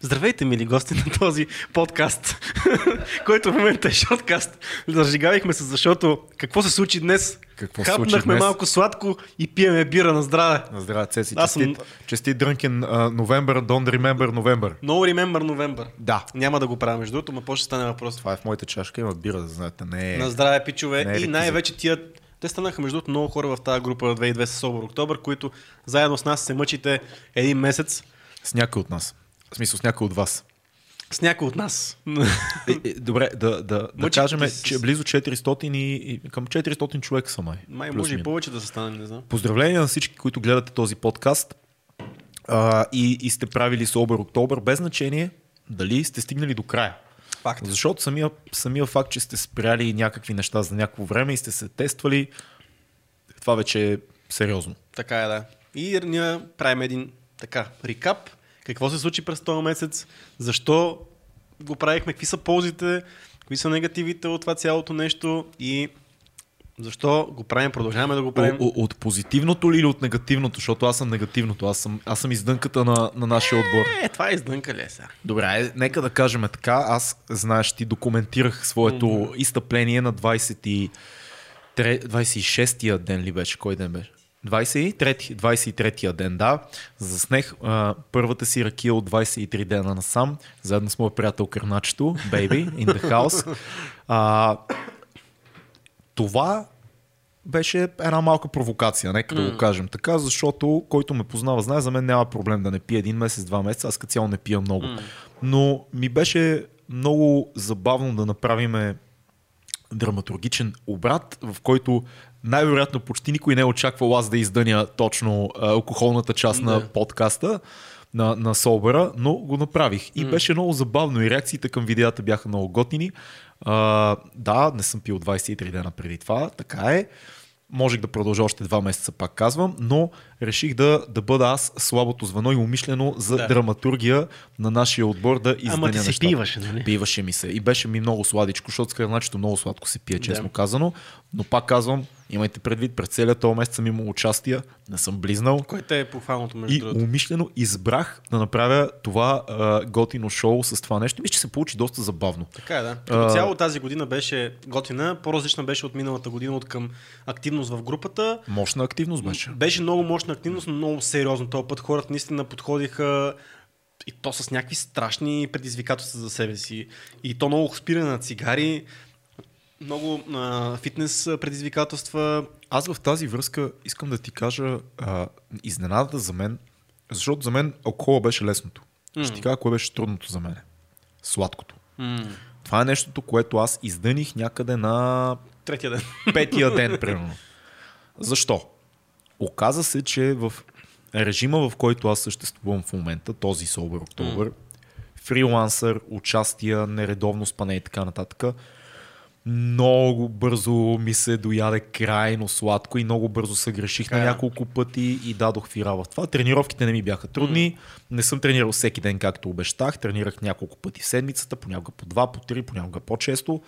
Здравейте, мили гости на този подкаст, който в момента е шоткаст. Зажигавихме се, защото какво се случи днес? Какво се случи Хапнахме днес? малко сладко и пиеме бира на здраве. На здраве, Цеци. Аз съм- Честит, честит Дрънкин Новембър, Don't Remember November. No Remember November. Да. Няма да го правя между другото, но по ще стане въпрос. Това е в моята чашка, има бира, да знаете. Не е. На здраве, пичове. Не е и реквизит. най-вече тия. Те станаха между другото много хора в тази група 22 с Собор Октобър, които заедно с нас се мъчите един месец С някой от нас. В смисъл, с някой от вас. с някой от нас. Е, е, добре, да, да, да Мъчите кажем, се че с- близо 400 и, и към 400 човека са май. Май Плюс може и минус. повече да се стане, не знам. Поздравления на всички, които гледате този подкаст а, и, и сте правили Собър Октобър, без значение дали сте стигнали до края. Факт. Защото самия, самия факт, че сте спряли някакви неща за някакво време и сте се тествали, това вече е сериозно. Така е, да. И ние правим един така рекап. Какво се случи през този месец? Защо го правихме? Какви са ползите? Какви са негативите от това цялото нещо? И защо го правим? Продължаваме да го правим. О- о- От позитивното ли или от негативното? Защото аз съм негативното, аз съм, аз съм издънката на, на нашия отбор. Е, това е издънка ли е сега? Добре, е, нека да кажем така. Аз, знаеш, ти документирах своето Мгм. изтъпление на 23 26-я ден ли беше? Кой ден беше? 23-ти, 23-я ден, да. Заснех а, първата си ракия от 23 дена насам, заедно с моя приятел Кърначето, Baby, in the house. А, това беше една малка провокация, нека да го кажем така, защото който ме познава знае, за мен няма проблем да не пия един месец, два месеца, аз като цяло не пия много. Но ми беше много забавно да направиме драматургичен обрат, в който най-вероятно почти никой не е очаквал аз да издъня точно а, алкохолната част Да. на подкаста, на, на Собера, но го направих. И беше много забавно и реакциите към видеята бяха много готини. А, да, не съм пил 23 дена преди това, така е. Можех да продължа още два месеца, пак казвам, но реших да, да бъда аз слабото звено и умишлено за Да. да. драматургия на нашия отбор да издъня Ама ти се нещата. пиваше, нали? Пиваше ми се и беше ми много сладичко, защото с кръвначето много сладко се пие, честно казано. Но пак казвам, имайте предвид, през целия този месец съм имал участия, не съм близнал. Което е похвалното между И другото. умишлено избрах да направя това а, готино шоу с това нещо. Мисля, че се получи доста забавно. Така е, да. Като А, цяло тази година беше готина, по-различна беше от миналата година от към активност в групата. Мощна активност беше. Беше много мощна активност, но много сериозно. Този път хората наистина подходиха и то с някакви страшни предизвикателства за себе си. И то много спиране на цигари, много а, фитнес предизвикателства. Аз в тази връзка искам да ти кажа а, изненадата за мен, защото за мен алкохола беше лесното. Mm. Ще ти кажа кое беше трудното за мен. Сладкото. М, Това е нещото, което аз издъних някъде на Третия ден. петия ден, примерно. Защо? Оказа се, че в режима, в който аз съществувам в момента, този Sober October, фрилансър, участия, нередовно спане и така нататък, много бързо ми се дояде крайно сладко и много бързо се греших на Така е. няколко пъти и дадох фира в това. Тренировките не ми бяха трудни, не съм тренирал всеки ден, както обещах, тренирах няколко пъти в седмицата, понякога по два, по три, понякога по-често,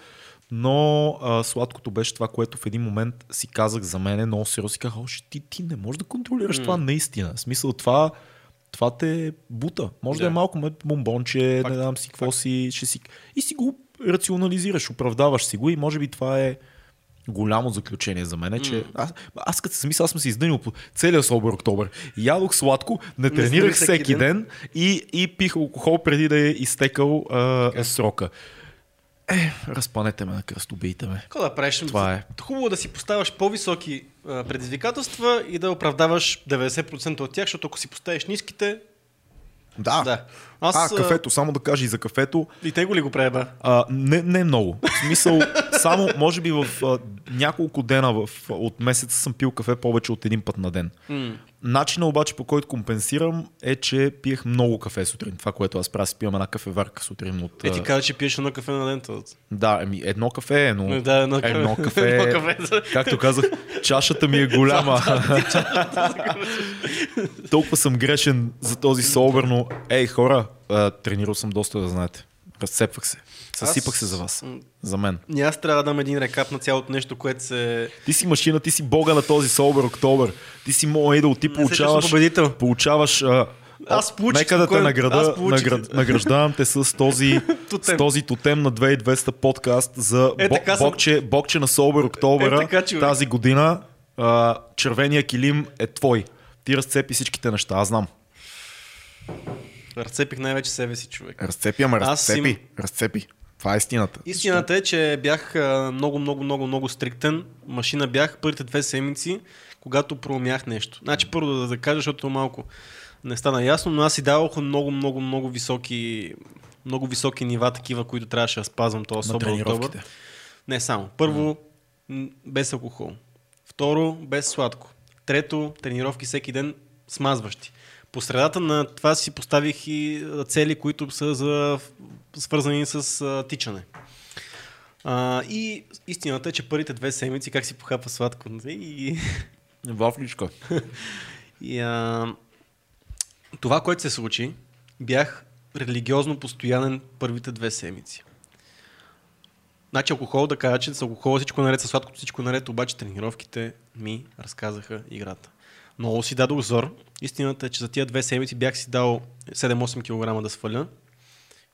но а, сладкото беше това, което в един момент си казах за мене, много сериозно си казах, «О, ще ти, ти не можеш да контролираш това наистина. В смисъл това, това те бута. Може да, Да. е малко ме- бомбонче, Факт. не знам си какво си, ще си. И си го рационализираш, оправдаваш си го и може би това е голямо заключение за мен, е, че аз, аз като се замисля, аз съм си издънил по целия собър октобър. Ядох сладко, не снимах тренирах всеки всеки ден. ден, и, и пих алкохол преди да е изтекал а, срока. Е, разпанете ме на кръст, убийте ме. Какво да правиш? Това е. Хубаво да си поставяш по-високи а, предизвикателства и да оправдаваш 90% от тях, защото ако си поставиш ниските, Да. да. Аз, а, кафето, само да кажа и за кафето. И те го ли го правя, бе? А, не, не много. В смисъл, само може би в а, няколко дена в, от месеца съм пил кафе повече от един път на ден. М. Начина обаче по който компенсирам е, че пиех много кафе сутрин. Това, което аз правя, си пивам една кафеварка сутрин от... Е, ти а, каза, че пиеш едно кафе на ден. този. Да, еми, едно кафе, но... Да, едно кафе. едно кафе. Едно кафе. Както казах, чашата ми е голяма. е Толкова съм грешен за този солбър, но ей хора, а, тренирал съм доста, да знаете. Разцепвах се. Съсипах се за вас. Аз- За мен. И аз трябва да дам един рекап на цялото нещо, което се... Ти си машина, ти си бога на този солбър октобър. Ти си моят идол, ти Не се чувствам получаваш, победител. получаваш а, Аз получих Нека да те спокойно- награда, аз получих. наград, награждавам те с този, Тотем. с този тотем на 2200 подкаст за Е, бо- така съм. бокче, бокче на Собер Октобера Е, така, човек. тази година. А, червения килим е твой. Ти разцепи всичките неща, аз знам. Разцепих най-вече себе си, човек. Разцепи, ама Аз разцепи. им- Разцепи. Това е истината. Истината е, че бях а, много, много, много, много стриктен. Машина бях първите две седмици, когато проумях нещо. Значи първо да, да кажа, защото малко не стана ясно, но аз си давах много, много, много високи много високи нива, такива, които трябваше да спазвам това На особено добър. тренировките. Не само. Първо, м, без алкохол. Второ, без сладко. Трето, тренировки всеки ден смазващи. По средата на това си поставих и а, цели, които са за, свързани с а, тичане. А, и истината е, че първите две седмици как си похапа сладко. нали? И, Вафличка. и, а, това, което се случи, бях религиозно постоянен първите две седмици. Значи алкохол, да кажа, че с алкохола всичко е наред, с сладкото всичко е наред, обаче тренировките ми разказаха играта. Много си дадох зор. Истината е, че за тия две седмици бях си дал 7-8 кг да сваля.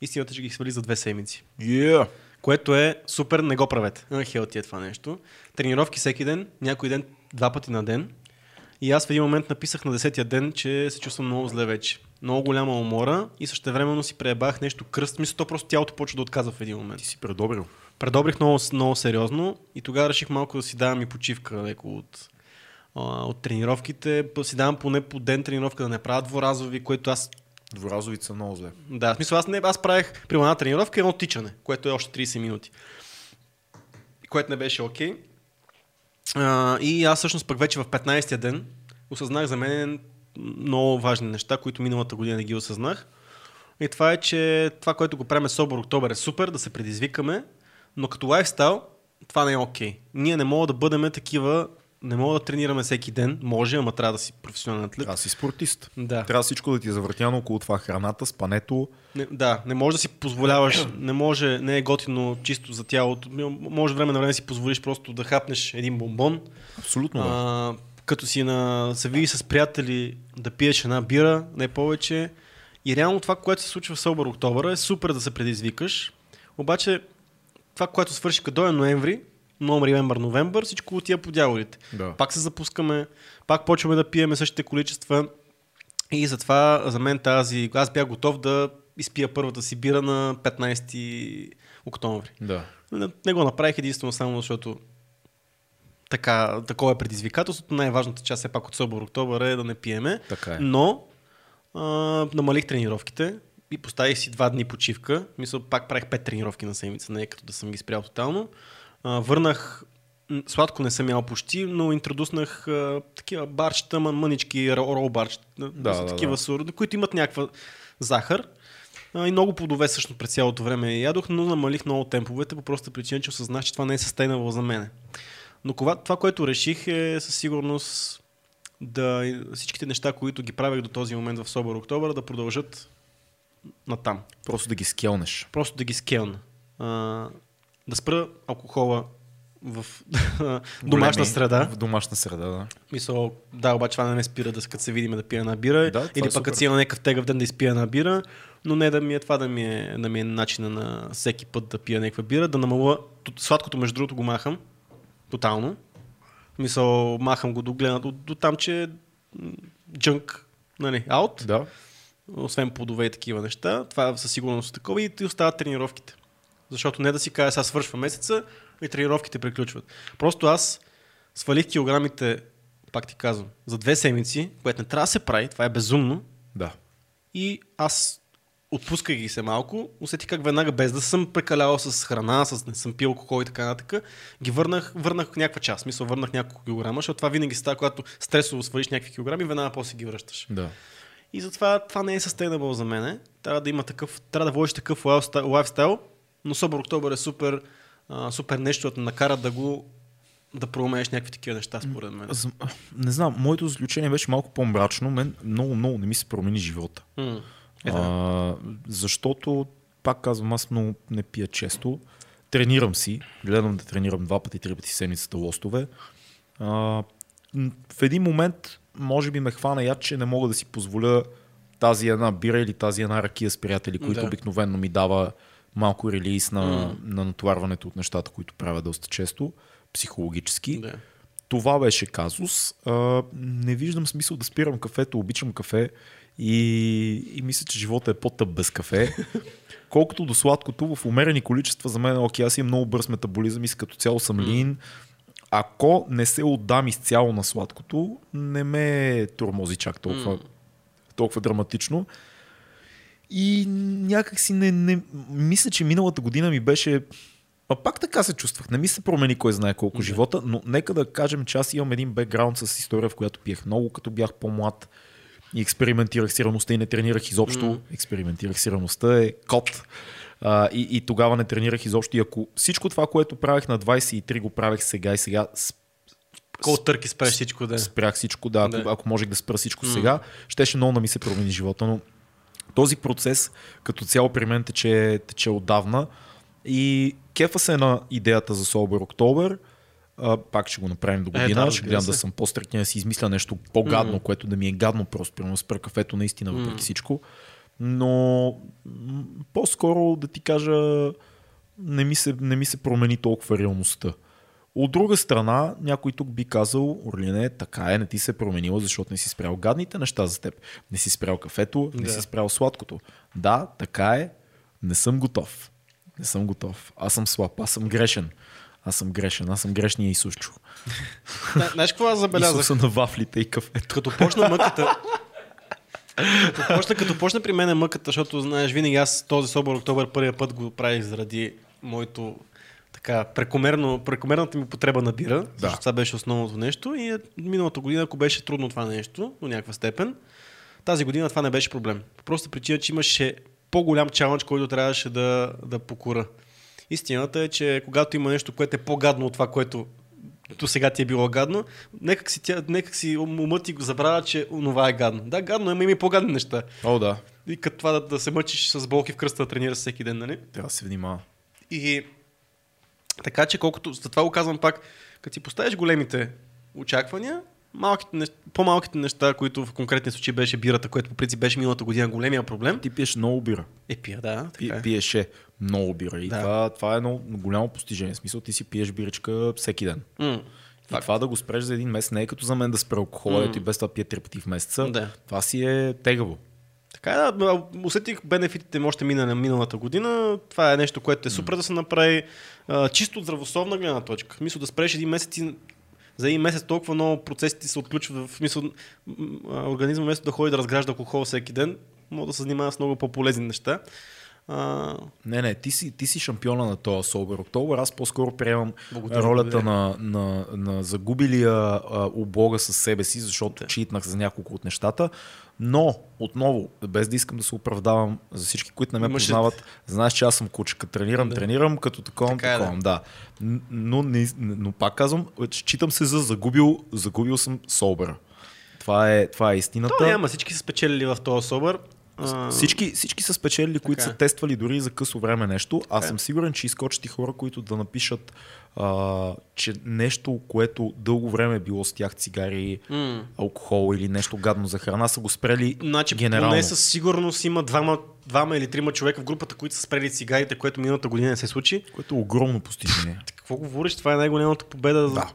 Истината е, че ги свали за две седмици. Yeah. Което е супер, не го правете. Unhealthy е това нещо. Тренировки всеки ден, някой ден, два пъти на ден. И аз в един момент написах на десетия ден, че се чувствам много зле вече. Много голяма умора и същевременно си преебах нещо кръст. Мисля, то просто тялото почва да отказва в един момент. Ти си предобрил. Предобрих много, много сериозно и тогава реших малко да си давам и почивка леко от, а, от тренировките. Па Си давам поне по ден тренировка да не правя дворазови, което аз Дворазовица много зле. да, в смисъл аз не, аз правех при една тренировка едно тичане, което е още 30 минути. Което не беше окей. А, и аз всъщност пък вече в 15-я ден осъзнах за мен много важни неща, които миналата година не ги осъзнах. И това е, че това, което го правим Собор Октобер е супер, да се предизвикаме, но като лайфстайл това не е окей. Ние не мога да бъдем такива, не мога да тренираме всеки ден, може, ама трябва да си професионален атлет. Трябва да си спортист. Да. Трябва всичко да ти е завъртяно около това храната, спането. Не, да, не може да си позволяваш, не може, не е готино чисто за тялото. М- Може време на време си позволиш просто да хапнеш един бомбон, Абсолютно. да. а, като си на, се види с приятели да пиеш една бира, не повече. И реално това, което се случва в Собър Октобър е супер да се предизвикаш, обаче това, което свърши като дойде ноември, ноември, ноември, новембър, всичко отива по дяволите. Да. Пак се запускаме, пак почваме да пиеме същите количества, и затова за мен тази... Аз бях готов да изпия първата си бира на 15 октомври. Да. Не, не го направих единствено само защото така, такова е предизвикателството. Най-важната част е пак от Собор Октобър е да не пиеме. Така е. Но а, намалих тренировките и поставих си два дни почивка. Мисля, пак правих пет тренировки на седмица, не е като да съм ги спрял тотално. А, върнах м, Сладко не съм ял почти, но интродуснах а, такива барчета, ма- мънички, ро- рол барчета, да, да, такива да. сурда, които имат някаква захар. А, и много плодове всъщност през цялото време ядох, но намалих много темповете по проста причина, че осъзнах, че това не е състейнало за мене. Но кова, това, което реших е със сигурност да всичките неща, които ги правех до този момент в Собър Октобър, да продължат натам. Просто да ги скелнеш. Просто да ги скелна. А, да спра алкохола в домашна Големи- среда. В домашна среда, да. Мисъл, да, обаче това не ме спира да като се видим да пия една бира. Да, това е или пък супер. като си имам някакъв тегъв ден да изпия една бира, но не да ми е това да ми е, да ми е начина на всеки път да пия някаква бира, да намаля. Т- Сладкото, между другото, го махам. Тотално. Мисъл, махам го до гледна, до, до там, че джънк, нали, аут, да. Да. освен плодове и такива неща. Това със сигурност е такова и, и остават тренировките. Защото не да си кажа, сега свършва месеца и тренировките приключват. Просто аз свалих килограмите, пак ти казвам, за две седмици, което не трябва да се прави, това е безумно. Да. И аз отпусках ги се малко, усетих как веднага, без да съм прекалявал с храна, с не съм пил алкохол и така нататък, ги върнах, върнах някаква част, мисъл върнах няколко килограма, защото това винаги става, когато стресово свалиш някакви килограми, веднага после ги връщаш. Да. И затова това не е sustainable за мене. Трябва да има такъв, трябва да водиш такъв лайфста- лайфстайл, но Собър Октобър е супер, а, супер нещо, да те накара да го да проумееш някакви такива неща, според мен. Аз- Не знам, моето заключение беше малко по-мрачно. Мен много, много не ми се промени живота. М. А, защото, пак казвам, аз много не пия често. Тренирам си, гледам да тренирам два пъти, три пъти седмицата лостове. А, м, в един момент, може би ме хвана яд, че не мога да си позволя тази една бира или тази една ракия с приятели, които Да. обикновенно ми дава малко релиз на, на натоварването от нещата, които правя доста често, психологически. Да. Това беше казус. А, не виждам смисъл да спирам кафето, обичам кафе и, и мисля, че живота е по-тъп без кафе. Колкото до сладкото, в умерени количества за мен, е окей, аз имам много бърз метаболизъм и си като цяло съм лин. Ако не се отдам изцяло на сладкото, не ме тормози чак толкова, толкова драматично. И някак си не, не... Мисля, че миналата година ми беше... А пак така се чувствах. Не ми се промени кой знае колко живота, но нека да кажем, че аз имам един бекграунд с история, в която пиех много, като бях по-млад и експериментирах с реалността и не тренирах изобщо. Експериментирах с реалността е кот. А, и, и тогава не тренирах изобщо. И ако всичко това, което правех на 23, го правех сега и сега с Кол търки спреш всичко, да. е. спрях всичко, да, ако, Да. да. ако можех да спра всичко сега, щеше много да ми се промени живота, но този процес като цяло при мен тече, тече отдавна и кефа се на идеята за Sober October, а, пак ще го направим до да, година, е, да, ще разбира гледам се. да съм по-стрикнен, да си измисля нещо по-гадно, mm. което да ми е гадно просто, примерно спра кафето наистина, въпреки всичко, но м, по-скоро да ти кажа, не ми, се, не ми се промени толкова реалността. От друга страна, някой тук би казал, Орлине, така е, не ти се е променила, защото не си спрял гадните неща за теб. Не си спрял кафето, не Да. си спрял сладкото. Да, така е, не съм готов. Не съм готов. Аз съм слаб, аз съм грешен. Аз съм грешен, аз съм грешния Исусчо. Зна- Знаеш какво аз забелязах? Исуса на вафлите и кафето. Като почна мъката... като, почна, като почна при мен е мъката, защото знаеш, винаги аз този Собор Октобър първия път го правих заради моето така, прекомерно, прекомерната ми потреба на бира. Да. Защото това беше основното нещо и е, миналата година, ако беше трудно това нещо, до някаква степен, тази година това не беше проблем. По проста причина, че имаше по-голям чалъндж, който трябваше да, да покура. Истината е, че когато има нещо, което е по-гадно от това, което до сега ти е било гадно, нека си, тя, нека си умът ти го забравя, че онова е гадно. Да, гадно, ама има и по-гадни неща. О, да. И като това да, да се мъчиш с болки в кръста да тренираш всеки ден, нали? Трябва да се внимава. И така че колкото, затова го казвам пак, като си поставиш големите очаквания, малките неща, по-малките неща, които в конкретния случай беше бирата, което по принцип беше миналата година големия проблем. Ти пиеш много бира. Е, пия, да. Пи, Така е. пиеше много бира. И Да. да. това, това е едно голямо постижение. В смисъл, ти си пиеш биричка всеки ден. М. И това да го спреш за един месец не е като за мен да спра алкохола, mm. и без това пия три пъти в месеца. Да. Това си е тегаво. Така е, да, м- усетих бенефитите му още мина на миналата година. Това е нещо, което е супер да се направи. А, чисто от здравословна гледна точка. Мисля да спреш един месец и за един месец толкова много процеси ти се отключват. В мисъл, м- а, организма вместо да ходи да разгражда алкохол всеки ден, може да се занимава с много по-полезни неща. А, Не, не, ти си, ти си шампиона на този Sober October. Аз по-скоро приемам Благодаря, благодаря, ролята благодаря. На, на, на загубилия а, облога със себе си, защото да. читнах за няколко от нещата. Но, отново, без да искам да се оправдавам за всички, които не ме Имаше- познават, знаеш, че аз съм кучка. Тренирам, да. тренирам, като таковам, Така е, да. таковам, да. Н- Но, не, но пак казвам, читам се за загубил, загубил съм Sober. Това е, това е истината. то няма, всички са спечелили в този собър. А, Всички, всички са спечелили, които Така е. са тествали дори за късо време нещо. Аз съм сигурен, че изкочат и хора, които да напишат, а, че нещо, което дълго време е било с тях цигари, М. алкохол или нещо гадно за храна, са го спрели Значи, Генерално. генерално. поне със сигурност има двама, двама или трима човека в групата, които са спрели цигарите, което миналата година не се случи. Което е огромно постижение. Какво говориш? Това е най-голямата победа. Да.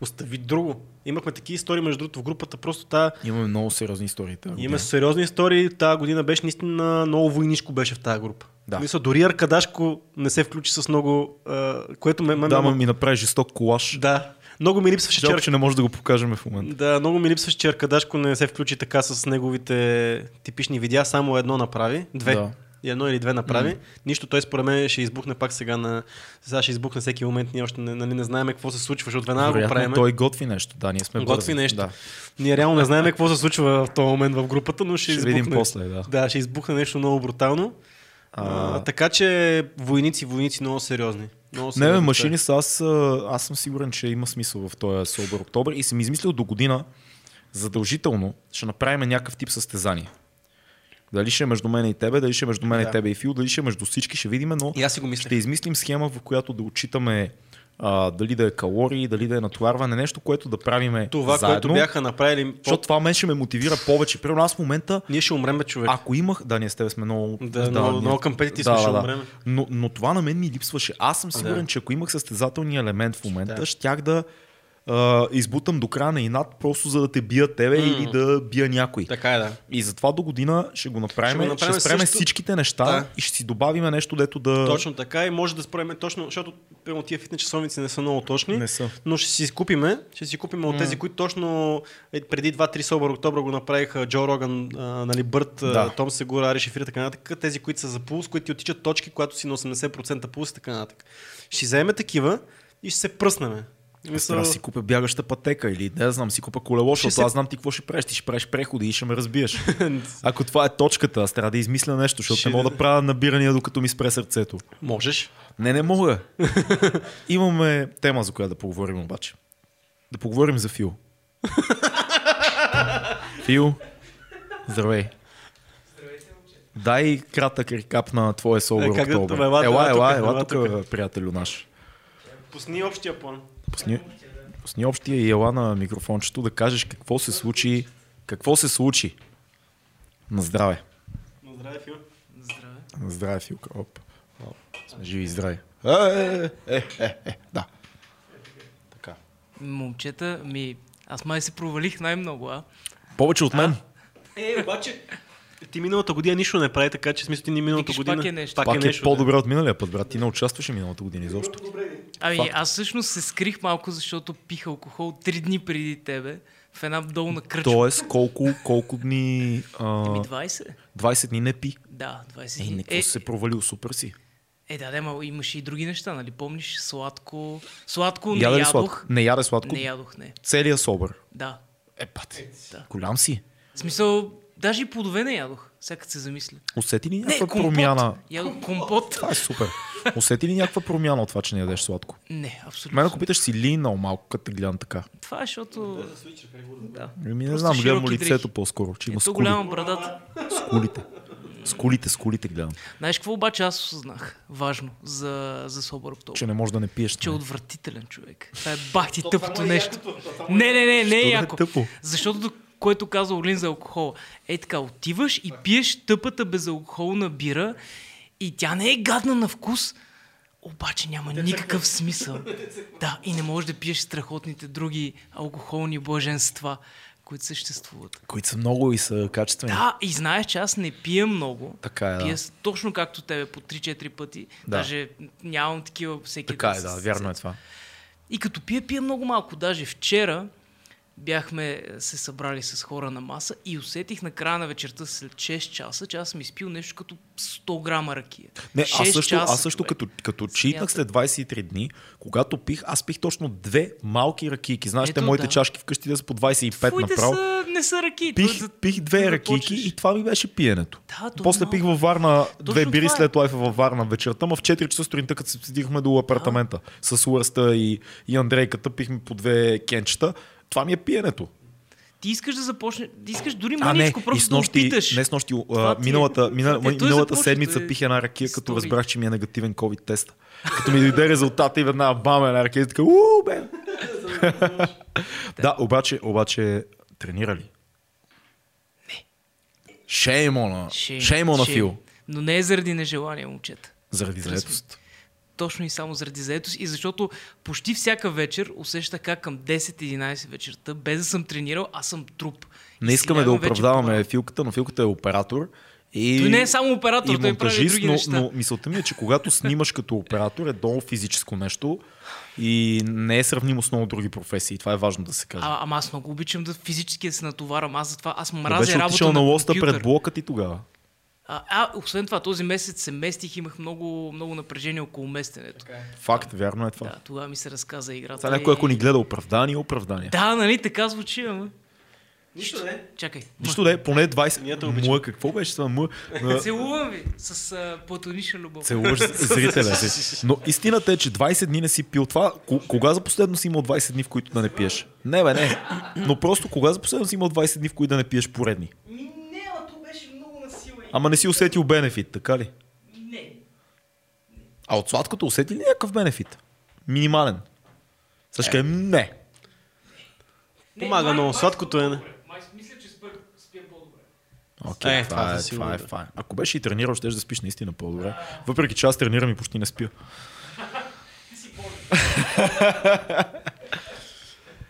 Остави друго. Имахме такива истории, между другото, в групата. Просто та... Имаме много сериозни истории. тази Имаме година. сериозни истории. Тая година беше наистина много войнишко беше в тази група. Да. Мисля, дори Аркадашко не се включи с много... А, което ме... ме Да, ма ме- ми направи жесток колаж. да. Много ми липсваше Жалко, черка. че не може да го покажем в момента. Да, много ми липсваше, че Аркадашко не се включи така с неговите типични видеа. Само едно направи. Две. Да. И едно или две направи. Mm. Нищо, той според мен ще избухне пак сега на... Сега ще избухне всеки момент. Ние още не, нали, не знаем какво се случва, защото веднага го Вероятно, правим. той готви нещо. Да, ние сме бързи. Готви нещо. Да. Да. Ние реално не знаем какво се случва в този момент в групата, но ще, Ще избухне. видим после, да. Да, ще избухне нещо много брутално. А... А- А, така че войници, войници много сериозни. Много Не, бе, сериозни машини са. Аз, а, аз съм сигурен, че има смисъл в този Sober October и съм измислил до година задължително ще направим някакъв тип състезание. Дали ще е между мен и тебе, дали ще е между мен Да. и тебе и Фил, дали ще е между всички, ще видим, но И аз си го мислех. ще измислим схема, в която да отчитаме а, дали да е калории, дали да е натоварване, нещо, което да правиме Това, заедно. което бяха направили... Защото това мен ще ме мотивира повече. Примерно аз в момента Ние ще умрем, бе, човек. Ако имах, да, ние с тебе сме много... Е. Да, много- ние- много competitive сме, ще умрем. Но, но това на мен ми липсваше. Аз съм сигурен, да. че ако имах състезателния елемент в момента, да. Да. щях да а, избутам до края на инат, просто за да те бия тебе mm. или да бия някой. Так. Така е, да. И затова до година ще го направим, Ще го ще, направим ще спреме също- всичките неща да. Да. и ще си добавим нещо, дето да... Точно така и може да спореме точно, защото примерно тия фитнес часовници не са много точни, Не са. но ще си купиме, ще си купиме от тези, които точно е, преди 2-3 собър октомври го направиха Джо Роган, а, нали, Бърт, Да. да. Том Сегура, Ари Шифир, така нататък, тези, които са за пулс, които ти отичат точки, когато си на 80% пулс и така нататък. Ще вземе такива и ще се пръснеме. Аз Трябва да си купя бягаща пътека или да знам, си купя колело, защото се- аз знам ти какво ще правиш. Ти ще правиш преходи и ще ме разбиеш. Ако това е точката, аз трябва да измисля нещо, защото Ще не мога да- да правя набирания, докато ми спре сърцето. Можеш. Не, не мога. Имаме тема, за която да поговорим обаче. Да поговорим за Фил. Фил, здравей. Дай кратък рекап на твое Е, Sober как да- October. ела, ела тук, е. Ела, ела, ела ела тук, е приятелю наш. Пусни общия план. Пусни, пусни общия и ела на микрофончето да кажеш какво се случи. Какво се случи? На здраве. На здраве, Фил. Здраве. На здраве, Филка. Оп. Оп. Сме живи и здрави. Е, е, е, е, е, да. Така. Момчета, ми... Аз май се провалих най-много, а? Повече от мен. Е, обаче... Ти миналата година нищо не прави, така че в смисъл ти ни миналата Викаш, година. пак е нещо. Пак, е, нещо, да. по-добре от миналия път, брат. Ти не участваше миналата година изобщо. Ами, Факт. аз всъщност се скрих малко, защото пих алкохол три дни преди тебе в една долна кръчка. Тоест, колко, колко дни... Ами А, 20? 20 дни не пи. Да, 20 е- Ей, дни. не, какво си се провалил, супер си. е, да, да, ма, имаше и други неща, нали? Помниш, сладко... Сладко не Яда ли ядох. сладко? Не яде сладко. Не ядох, не. Целият собър. Да. Е, пати. Да. Голям си. В смисъл, даже и плодове не ядох, сега като се замисля. Усети ли Не, някаква компот. промяна? Ядох компот. Това е супер. Усети ли някаква промяна от това, че не ядеш сладко? Не, е- абсолютно. Мен ако питаш си линал малко, като те гледам така. Това е, защото... Да. Ми Ами, не Просто знам, гледам му широки лицето дрехи. Е, по-скоро, че има Ето скули. голяма брадата. Скулите. Скулите, скулите гледам. Знаеш какво обаче аз осъзнах? Важно за, за Собър Октобър. Че не може да не пиеш. Че е нали? отвратителен човек. Това е бахти тъпото нещо. Не, не, не, не Що да е е яко. тъпо? Защото до- което каза Олин за алкохола. Е така, отиваш и пиеш тъпата безалкохолна бира и тя не е гадна на вкус, обаче няма никакъв смисъл. Да, и не можеш да пиеш страхотните други алкохолни блаженства, които съществуват. Които са много и са качествени. Да, и знаеш, че аз не пия много. Така е, да. Пия с- точно както тебе по 3-4 пъти. Да. Даже нямам такива всеки Така е, се- да, вярно е това. И като пия, пия много малко. Даже вчера бяхме е, се събрали с хора на маса и усетих на края на вечерта след 6 часа, че аз съм изпил нещо като 100 грама ракия. Не, аз 6 също, аз също човек. като, като читнах след 23 дни, когато пих, аз пих точно две малки ракийки. Знаеш, те Ето, моите да. чашки вкъщи да са по 25 Твоите направо. са, не са ракии. Пих, пих две ракийки ракики и това ми беше пиенето. Да, то е После малко. пих във Варна две Точно бири това е. след лайфа във Варна вечерта, ма в 4 часа сутринта, като се стигнахме до апартамента с Урста и, и Андрейката, пихме по две кенчета. Това ми е пиенето. Ти искаш да започнеш, ти искаш дори А, не, маничко, и просто с нощи, да опиташ. не с нощи, а, Това ти е- миналата, мина, Ето е миналата започнато, седмица е. пих една ракия, като История. разбрах, че ми е негативен COVID тест. Като ми дойде резултата и веднага бам, една ракия и така, уу, бе! да, обаче, обаче, тренира ли? Не. Шеймо на, Shame, шеймо на shame. Фил. Но не е заради нежелание, момчета. Заради Тръсвам. заетост. Точно и само заради заетост и защото почти всяка вечер усеща как към 10-11 вечерта, без да съм тренирал, аз съм труп. И Не си искаме да лягам вече оправдаваме по-рано. Филката, но Филката е оператор. И... Той не е само оператор, и той прави монтажист, други но, неща. но мисълта ми е, че когато снимаш като оператор е долу физическо нещо и не е сравнимо с много други професии. Това е важно да се каже. А, ама аз много обичам да физически да се натоварам. Аз затова аз Но мразя беше работа отишъл на, на лоста компютър. пред блока ти тогава. а, а, освен това, този месец се местих, имах много, много напрежение около местенето. Факт, вярно е това. Да, тогава ми се разказа играта. Сега някой, Е, ако ни гледа оправдание, оправдание. Да, нали, така звучи, ама. Нищо не. Чакай. Нищо да е, поне Ние те 20... обичаме. Муа, какво беше това? Муа, на- Целувам ви с а, платонична любов. целуваш зрителя си. Но истината е, че 20 дни не си пил. Това, к- кога за последно си имал 20 дни, в които да не пиеш? Не, бе, не. Но просто кога за последно си имал 20 дни, в които да не пиеш поредни? Ми, не, а то беше много насилен. Ама не си усетил бенефит, така ли? Не. А от сладкото усети ли някакъв бенефит? минимален. Също е, не. Помага много, сладкото е, не? Мисля, че спя по-добре. Окей, Е, това, това е, със това е сигурност. файн. Ако беше и тренирал, ще да спиш наистина по-добре. Въпреки че аз тренирам и почти не спя.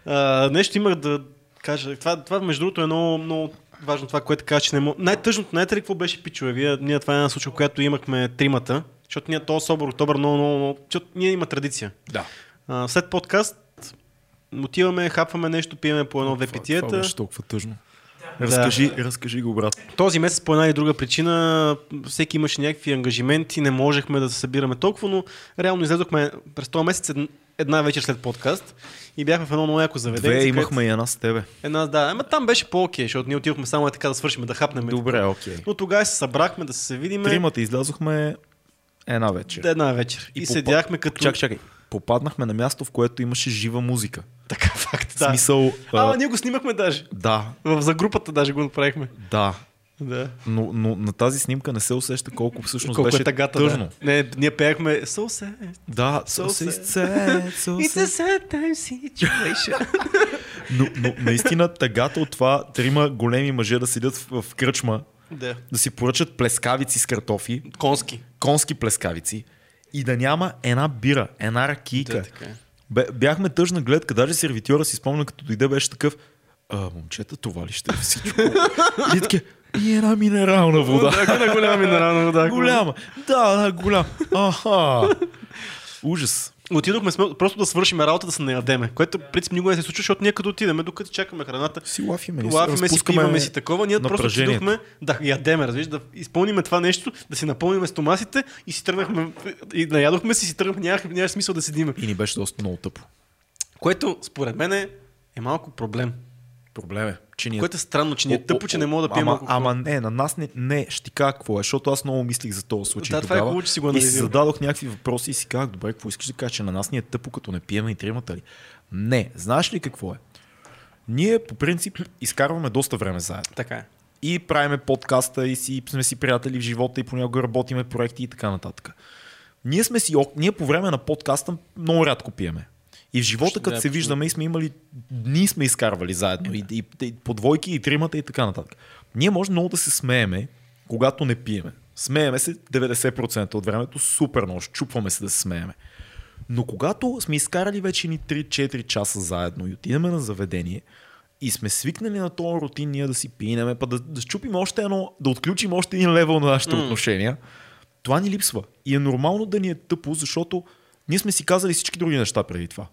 А, нещо имах да кажа. Това, това между другото, е много, много важно това, което каза, че не мога. Най-тъжното, знаете ли какво беше пичове? Вие, ние това е една случка, която имахме тримата, защото ние този собор, октобър, много, много, много, защото ние има традиция. Да. А, след подкаст отиваме, хапваме нещо, пиеме по едно-две Това, това питиета. беше толкова тъжно. Разкажи, разкажи го, брат. Този месец по една или друга причина всеки имаше някакви ангажименти, не можехме да се събираме толкова, но реално излезохме през този месец ед- една вечер след подкаст и бяхме в едно много яко заведение. Две където- имахме и една с тебе. Една, да, ама там беше по-окей, защото ние отидохме само е така да свършим, да хапнем. Добре, окей. Но тогава се събрахме да се видим Тримата излязохме една вечер. една вечер. И, И попа- седяхме като... Чакай, чакай. Попаднахме на място, в което имаше жива музика. Така факт, Да. да. Смисъл. А, Ама ние го снимахме даже. Да, В, за групата даже го направихме. да. Да. Но, но на тази снимка не се усеща колко всъщност Колко беше е тъгата, тъжно. да. Не, ние пеехме So sad. Да, so се. sad, sad, so It's a sad. sad time situation. Но, но наистина тъгата от това трима големи мъже да седят в, в кръчма, да. да си поръчат плескавици с картофи, Конски. конски плескавици и да няма една бира, една ракийка. Да, така е. Бе- Бяхме тъжна гледка, даже сервитьора си спомня, като дойде беше такъв а, момчета, това ли ще е всичко? и така, и една минерална вода. Да, на голяма минерална вода. голяма. Да, да, голям. Аха. Ужас. Отидохме сме, просто да свършим работа, да се наядеме, което в принцип никога не се случва, защото ние като отидеме, докато чакаме храната, Си лафиме. си лафиме си, Нали, разпускаме пиваме си такова, ние просто напрежението. отидохме да ядеме, разбираш, да изпълниме това нещо, да си напълниме стомасите и си тръгнахме, и наядохме си, си тръгнахме, нямаше, нямаше смисъл да седиме. И ни беше доста много тъпо. Което според мен е, е малко проблем. Проблем е, че ние... Което е странно, че ни е тъпо, че не мога да пием ама, алкохол. ама не, на нас не, не ще ти кажа какво е, защото аз много мислих за този случай Да, това е тогава. хубаво, че си го и си анализирал. зададох някакви въпроси и си казах, добре, какво искаш да кажеш, че на нас ни е тъпо, като не пием и тримата ли? Не, знаеш ли какво е? Ние по принцип изкарваме доста време заедно. Така е. И правиме подкаста и си, сме си приятели в живота и понякога работиме проекти и така нататък. Ние сме си, ок- ние по време на подкаста много рядко пиеме. И в живота, Точно, като да, се абсолютно. виждаме и сме имали, дни сме изкарвали заедно. И, и, и по двойки, и тримата, и така нататък. Ние може много да се смееме, когато не пиеме. Смееме се 90% от времето, супер много, чупваме се да се смееме. Но когато сме изкарали вече ни 3-4 часа заедно и отидеме на заведение и сме свикнали на този рутин ние да си пинеме, па да, да щупим още едно, да отключим още един левел на нашите mm. отношения, това ни липсва. И е нормално да ни е тъпо, защото ние сме си казали всички други неща преди това.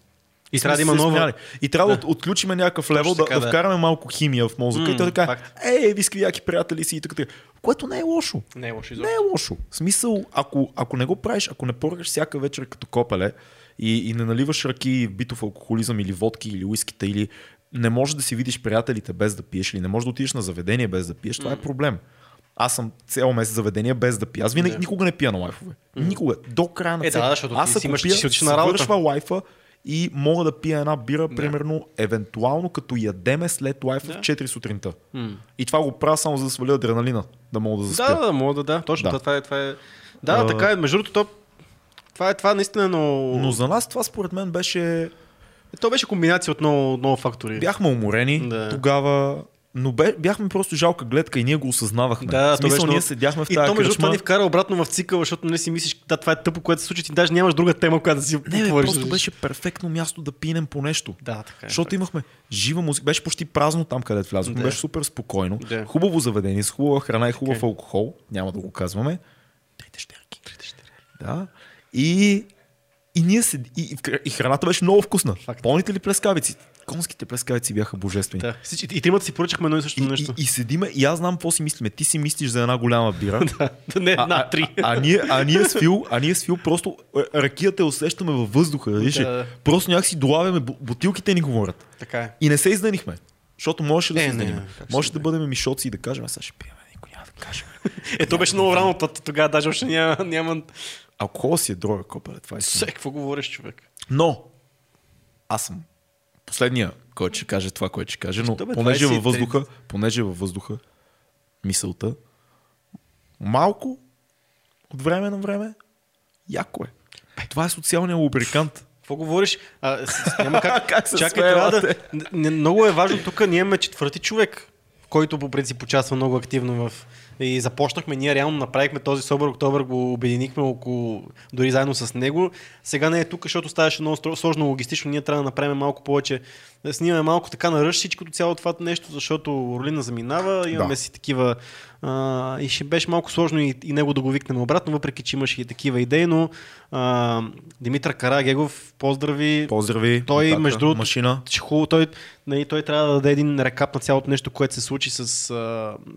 И Сме трябва да се има нова- смяли. И трябва да, да отключиме някакъв левел, да, така, да, да. вкараме малко химия в мозъка М, и той «Е, да каже, факт. ей, ви сквияки приятели си и така, така. Което не е лошо. Не е лошо Не изобщо. е лошо. В смисъл, ако, ако не го правиш, ако не поръгаш всяка вечер като копеле и, и не наливаш ръки в битов алкохолизъм или водки или уиските или не можеш да си видиш приятелите без да пиеш или не можеш да отидеш на заведение без да пиеш, това е проблем. Аз съм цял месец заведение без да пия. Аз винаги Да. никога не пия на лайфове. Никога. До края на Е, да, цел- защото ти Аз си ако имаш- ти пия, си отиш на работа. свършва лайфа и мога да пия една бира, примерно, евентуално като ядеме след лайфа в 4 сутринта. И това го правя само за да сваля адреналина, да мога да заспя. Да, да, да, мога да, да. Точно Да. да. това е. Това е. Да, а... така е. Между другото, то, това е това наистина, но... Но за нас това според мен беше... То беше комбинация от много, много фактори. Бяхме уморени да. Да. тогава, но бе, бяхме просто жалка гледка и ние го осъзнавахме. Да, в смисъл, много- ние седяхме в И тази то между това кръчма. ни вкара обратно в цикъл, защото не си мислиш, да, това е тъпо, което се случи, ти даже нямаш друга тема, която да си Не, бе, отвориш, просто да беше перфектно място да пинем по нещо. Да, така е. Защото имахме жива музика, беше почти празно там, където влязохме, Да. беше супер спокойно. Да. е. Хубаво заведение, с хубава храна и хубав алкохол, няма да го казваме. Трите щерки. Да. И, и, ние сед... и, и, и храната беше много вкусна. Факт. Помните ли плескавиците? Конските плескавици бяха божествени. Да. Всички- И тримата си поръчахме едно и също И, нещо. и, и седиме, и аз знам какво си мислиме. Ти си мислиш за една голяма бира. Да, не, А, на три. А, а, а, ние, а, ние с Фил, а ние с Фил просто е, ракията я усещаме във въздуха. Да, Да, да. да. Просто някакси долавяме, бу- бутилките ни говорят. Така е. И не се издънихме. Защото можеше да Не, се не, не, издъним. как се Може да бъдем мишоци и да кажем, аз сега ще пием, никой няма да каже. Е, то беше много рано, то- тогава даже още няма... няма... Алкохол си е дрога копеле, това е. истина. Се, какво говориш, човек? Но, аз съм последния, който ще каже това, което ще каже, но Що бе, понеже е 23? във въздуха, понеже е във въздуха мисълта, малко от време на време, яко е. Това е социалният лубрикант. Какво говориш? А, с, няма как. Как се Чакай, трябва да. смеявате? Н- Много е важно. Тук ние имаме четвърти човек, който по принцип участва много активно в. И започнахме, ние реално направихме този Собър Октобър, го обединихме около, дори заедно с него. Сега не е тук, защото ставаше много стро- сложно логистично, ние трябва да направим малко повече, да снимаме малко така на ръж всичкото цяло това нещо, защото Орлина заминава, имаме Да. си такива а, и ще беше малко сложно и, и него да го викнем обратно, въпреки че имаше и такива идеи, но а, Димитър Карагегов поздрави. Поздрави. Той, нататък, между другото, Машина. Че хубаво, той, нали, той трябва да даде един рекап на цялото нещо, което се случи с, а,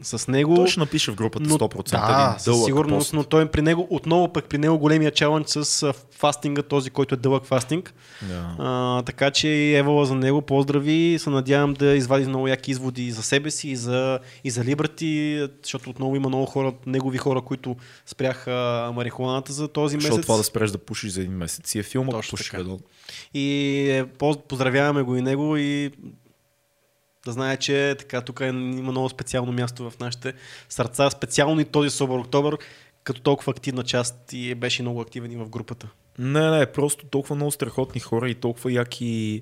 с него. Той ще напише в групата 100%. да, един със дълъг сигурност, пост. но той при него, отново пък при него големия чалендж с а, фастинга, този, който е дълъг фастинг. Да. А, така че Евала за него поздрави и се надявам да извади много яки изводи и за себе си и за, и за Либрати, защото отново има много хора, негови хора, които спряха марихуаната за този Защото месец. това да спреш да пушиш за един месец. И е филма, Точно пушиш така. едно. И е, поз- поздравяваме го и него и да знае, че така тук е- има много специално място в нашите сърца, специално и този Собър Октобър, като толкова активна част и е, беше много активен и в групата. Не, не, просто толкова много страхотни хора и толкова яки,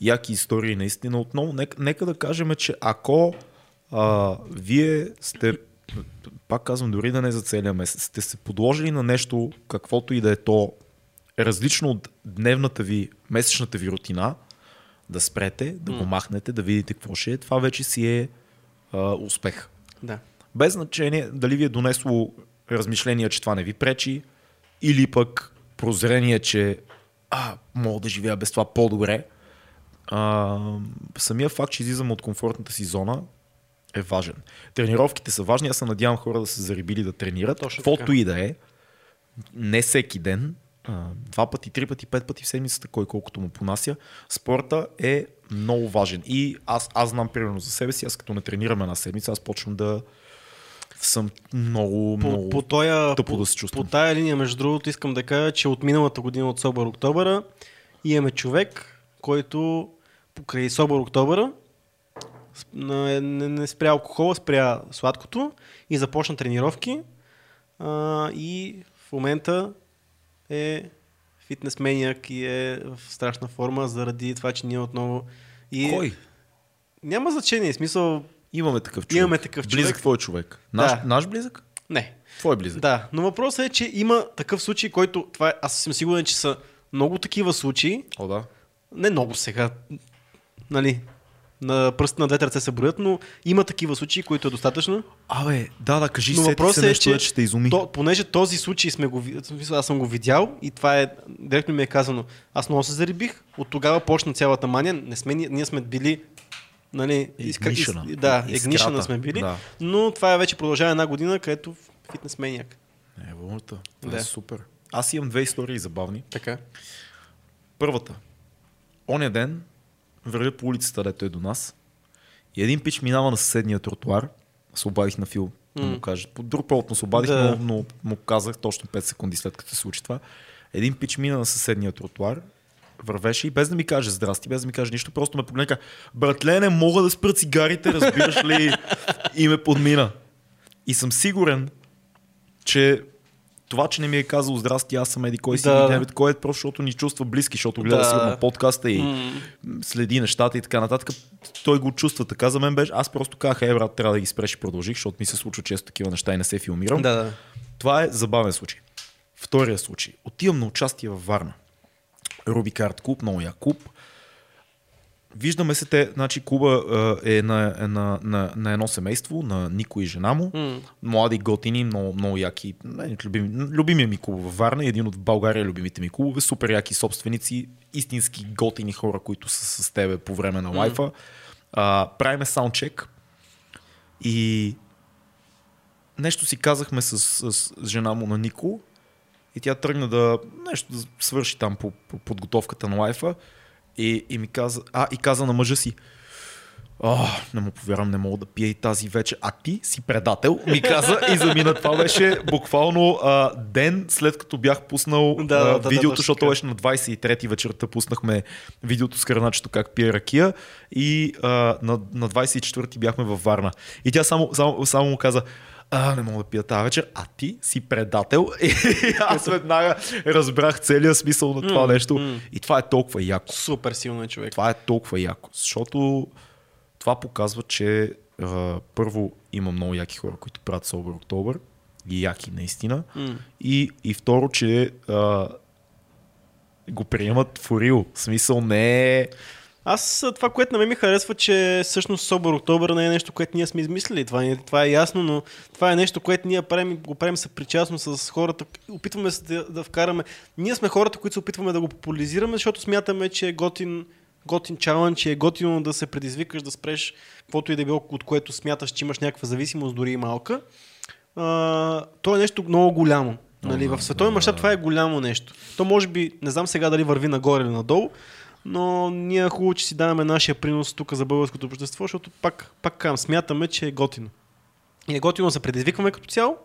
яки истории наистина. Отново, нека, нека да кажем, че ако а, вие сте, пак казвам, дори да не за целия месец, сте се подложили на нещо, каквото и да е то, различно от дневната ви, месечната ви рутина, да спрете, да го махнете, да видите какво ще е, това вече си е а, успех. Да. Без значение дали ви е донесло размишление, че това не ви пречи, или пък прозрение, че а, мога да живея без това по-добре. А, самия факт, че излизам от комфортната си зона е важен. Тренировките са важни. Аз се надявам хора да са зарибили да тренират. Точно така. Фото и да е. Не всеки ден. А, два пъти, три пъти, пет пъти в седмицата, кой колкото му понася. Спорта е много важен. И аз, аз знам примерно за себе си, аз като не тренирам една седмица, аз почвам да съм много, По, много... по, тоя, тъпо по, да се чувствам. по тая линия, между другото, искам да кажа, че от миналата година от Собър Октобъра имаме човек, който покрай Собър Октобъра сп- на- не, не спря алкохола, спря сладкото и започна тренировки. А, и в момента е фитнес меняк и е в страшна форма заради това, че ние отново... И... Кой? Няма значение, в смисъл... Имаме такъв човек. Имаме такъв човек. Близък твой човек. Наш, Да. наш близък? Не, Твой близък. Да, но въпросът е, че има такъв случай, който това е, аз съм сигурен, че са много такива случаи. О, да. Не много сега, нали, на пръст на двете ръце се броят, но има такива случаи, които е достатъчно. Абе, да, да, кажи Но сети се въпросът е, нещо, че да, че те изуми. то, понеже този случай сме го, ви- в смисъл, аз съм го видял и това е, директно ми е казано, аз много се зарибих, от тогава почна цялата мания, не сме, ние ние сме били нали, изка- из- Ignition-а. да, Искрата. игнишена сме били, Да. но това е вече продължава една година, където фитнес меняк. Е, вълната. Това Да. е супер. Аз имам две истории забавни. Така. Първата. Оня ден вървя по улицата, дето е до нас. И един пич минава на съседния тротуар. Се обадих на Фил, да му кажа. По друг повод му се обадих, Да. да. но, но му казах точно 5 секунди след като се случи това. Един пич мина на съседния тротуар, вървеше и без да ми каже здрасти, без да ми каже нищо, просто ме погледна и каза, братле, не мога да спра цигарите, разбираш ли? И ме подмина. И съм сигурен, че това, че не ми е казал здрасти, аз съм еди кой си, Да. да. не, кой е просто, защото ни чувства близки, защото гледа Да. сигурно подкаста и м, следи нещата и така нататък. Той го чувства така за мен беше. Аз просто казах, е, брат, трябва да ги спреш и продължих, защото ми се случва често такива неща и не се филмирам. Да, да. Това е забавен случай. Втория случай. Отивам на участие във Варна. Рубикард клуб, много як клуб. Виждаме се те, значи клуба е, е на, е на, на, на едно семейство, на Нико и жена му. Mm. Млади, готини, много, много яки. Най- Любим, любимия ми клуб във Варна, е един от в България любимите ми клубове. Супер яки собственици, истински готини хора, които са с тебе по време на лайфа. А, правиме саундчек и нещо си казахме с, с, с жена му на Нико и тя тръгна да нещо да свърши там по, по подготовката на лайфа и, и ми каза, а, и каза на мъжа си, О, не му повярвам, не мога да пия и тази вече. А ти си предател, ми каза и замина. Това беше буквално а, ден след като бях пуснал Да, а, да, да, видеото, точно защото така. беше на 23 вечерта пуснахме видеото с кърначето как пие ракия и а, на, на 24 бяхме във Варна. И тя само, само, само му каза, а, не мога да пия тази вечер, а ти си предател. И аз веднага разбрах целия смисъл на това М, нещо. м. И това е толкова яко. Супер силно е човек. Това е толкова яко, защото това показва, че а, първо има много яки хора, които правят Sober October и яки наистина. М. И, и второ, че а, го приемат for real. В смисъл не е... Аз а, това, което на мен ми харесва, че всъщност Собор Октобър не е нещо, което ние сме измислили. Това, е- това е ясно, но това е нещо, което ние правим, и го правим съпричастно с хората. Опитваме се да, да вкараме. Ние сме хората, които се опитваме да го популяризираме, защото смятаме, че е готин, готин чалъндж, че е готино да се предизвикаш, да спреш каквото и да било, от което смяташ, че имаш някаква зависимост, дори и малка. А, то е нещо много голямо. Нали, в световен мащаб това е голямо нещо. То може би, не знам сега дали върви нагоре или надолу, но ние е хубаво, че си даваме нашия принос тук за българското общество, защото пак, пак казвам, смятаме, че е готино. И е готино да се предизвикваме като цяло,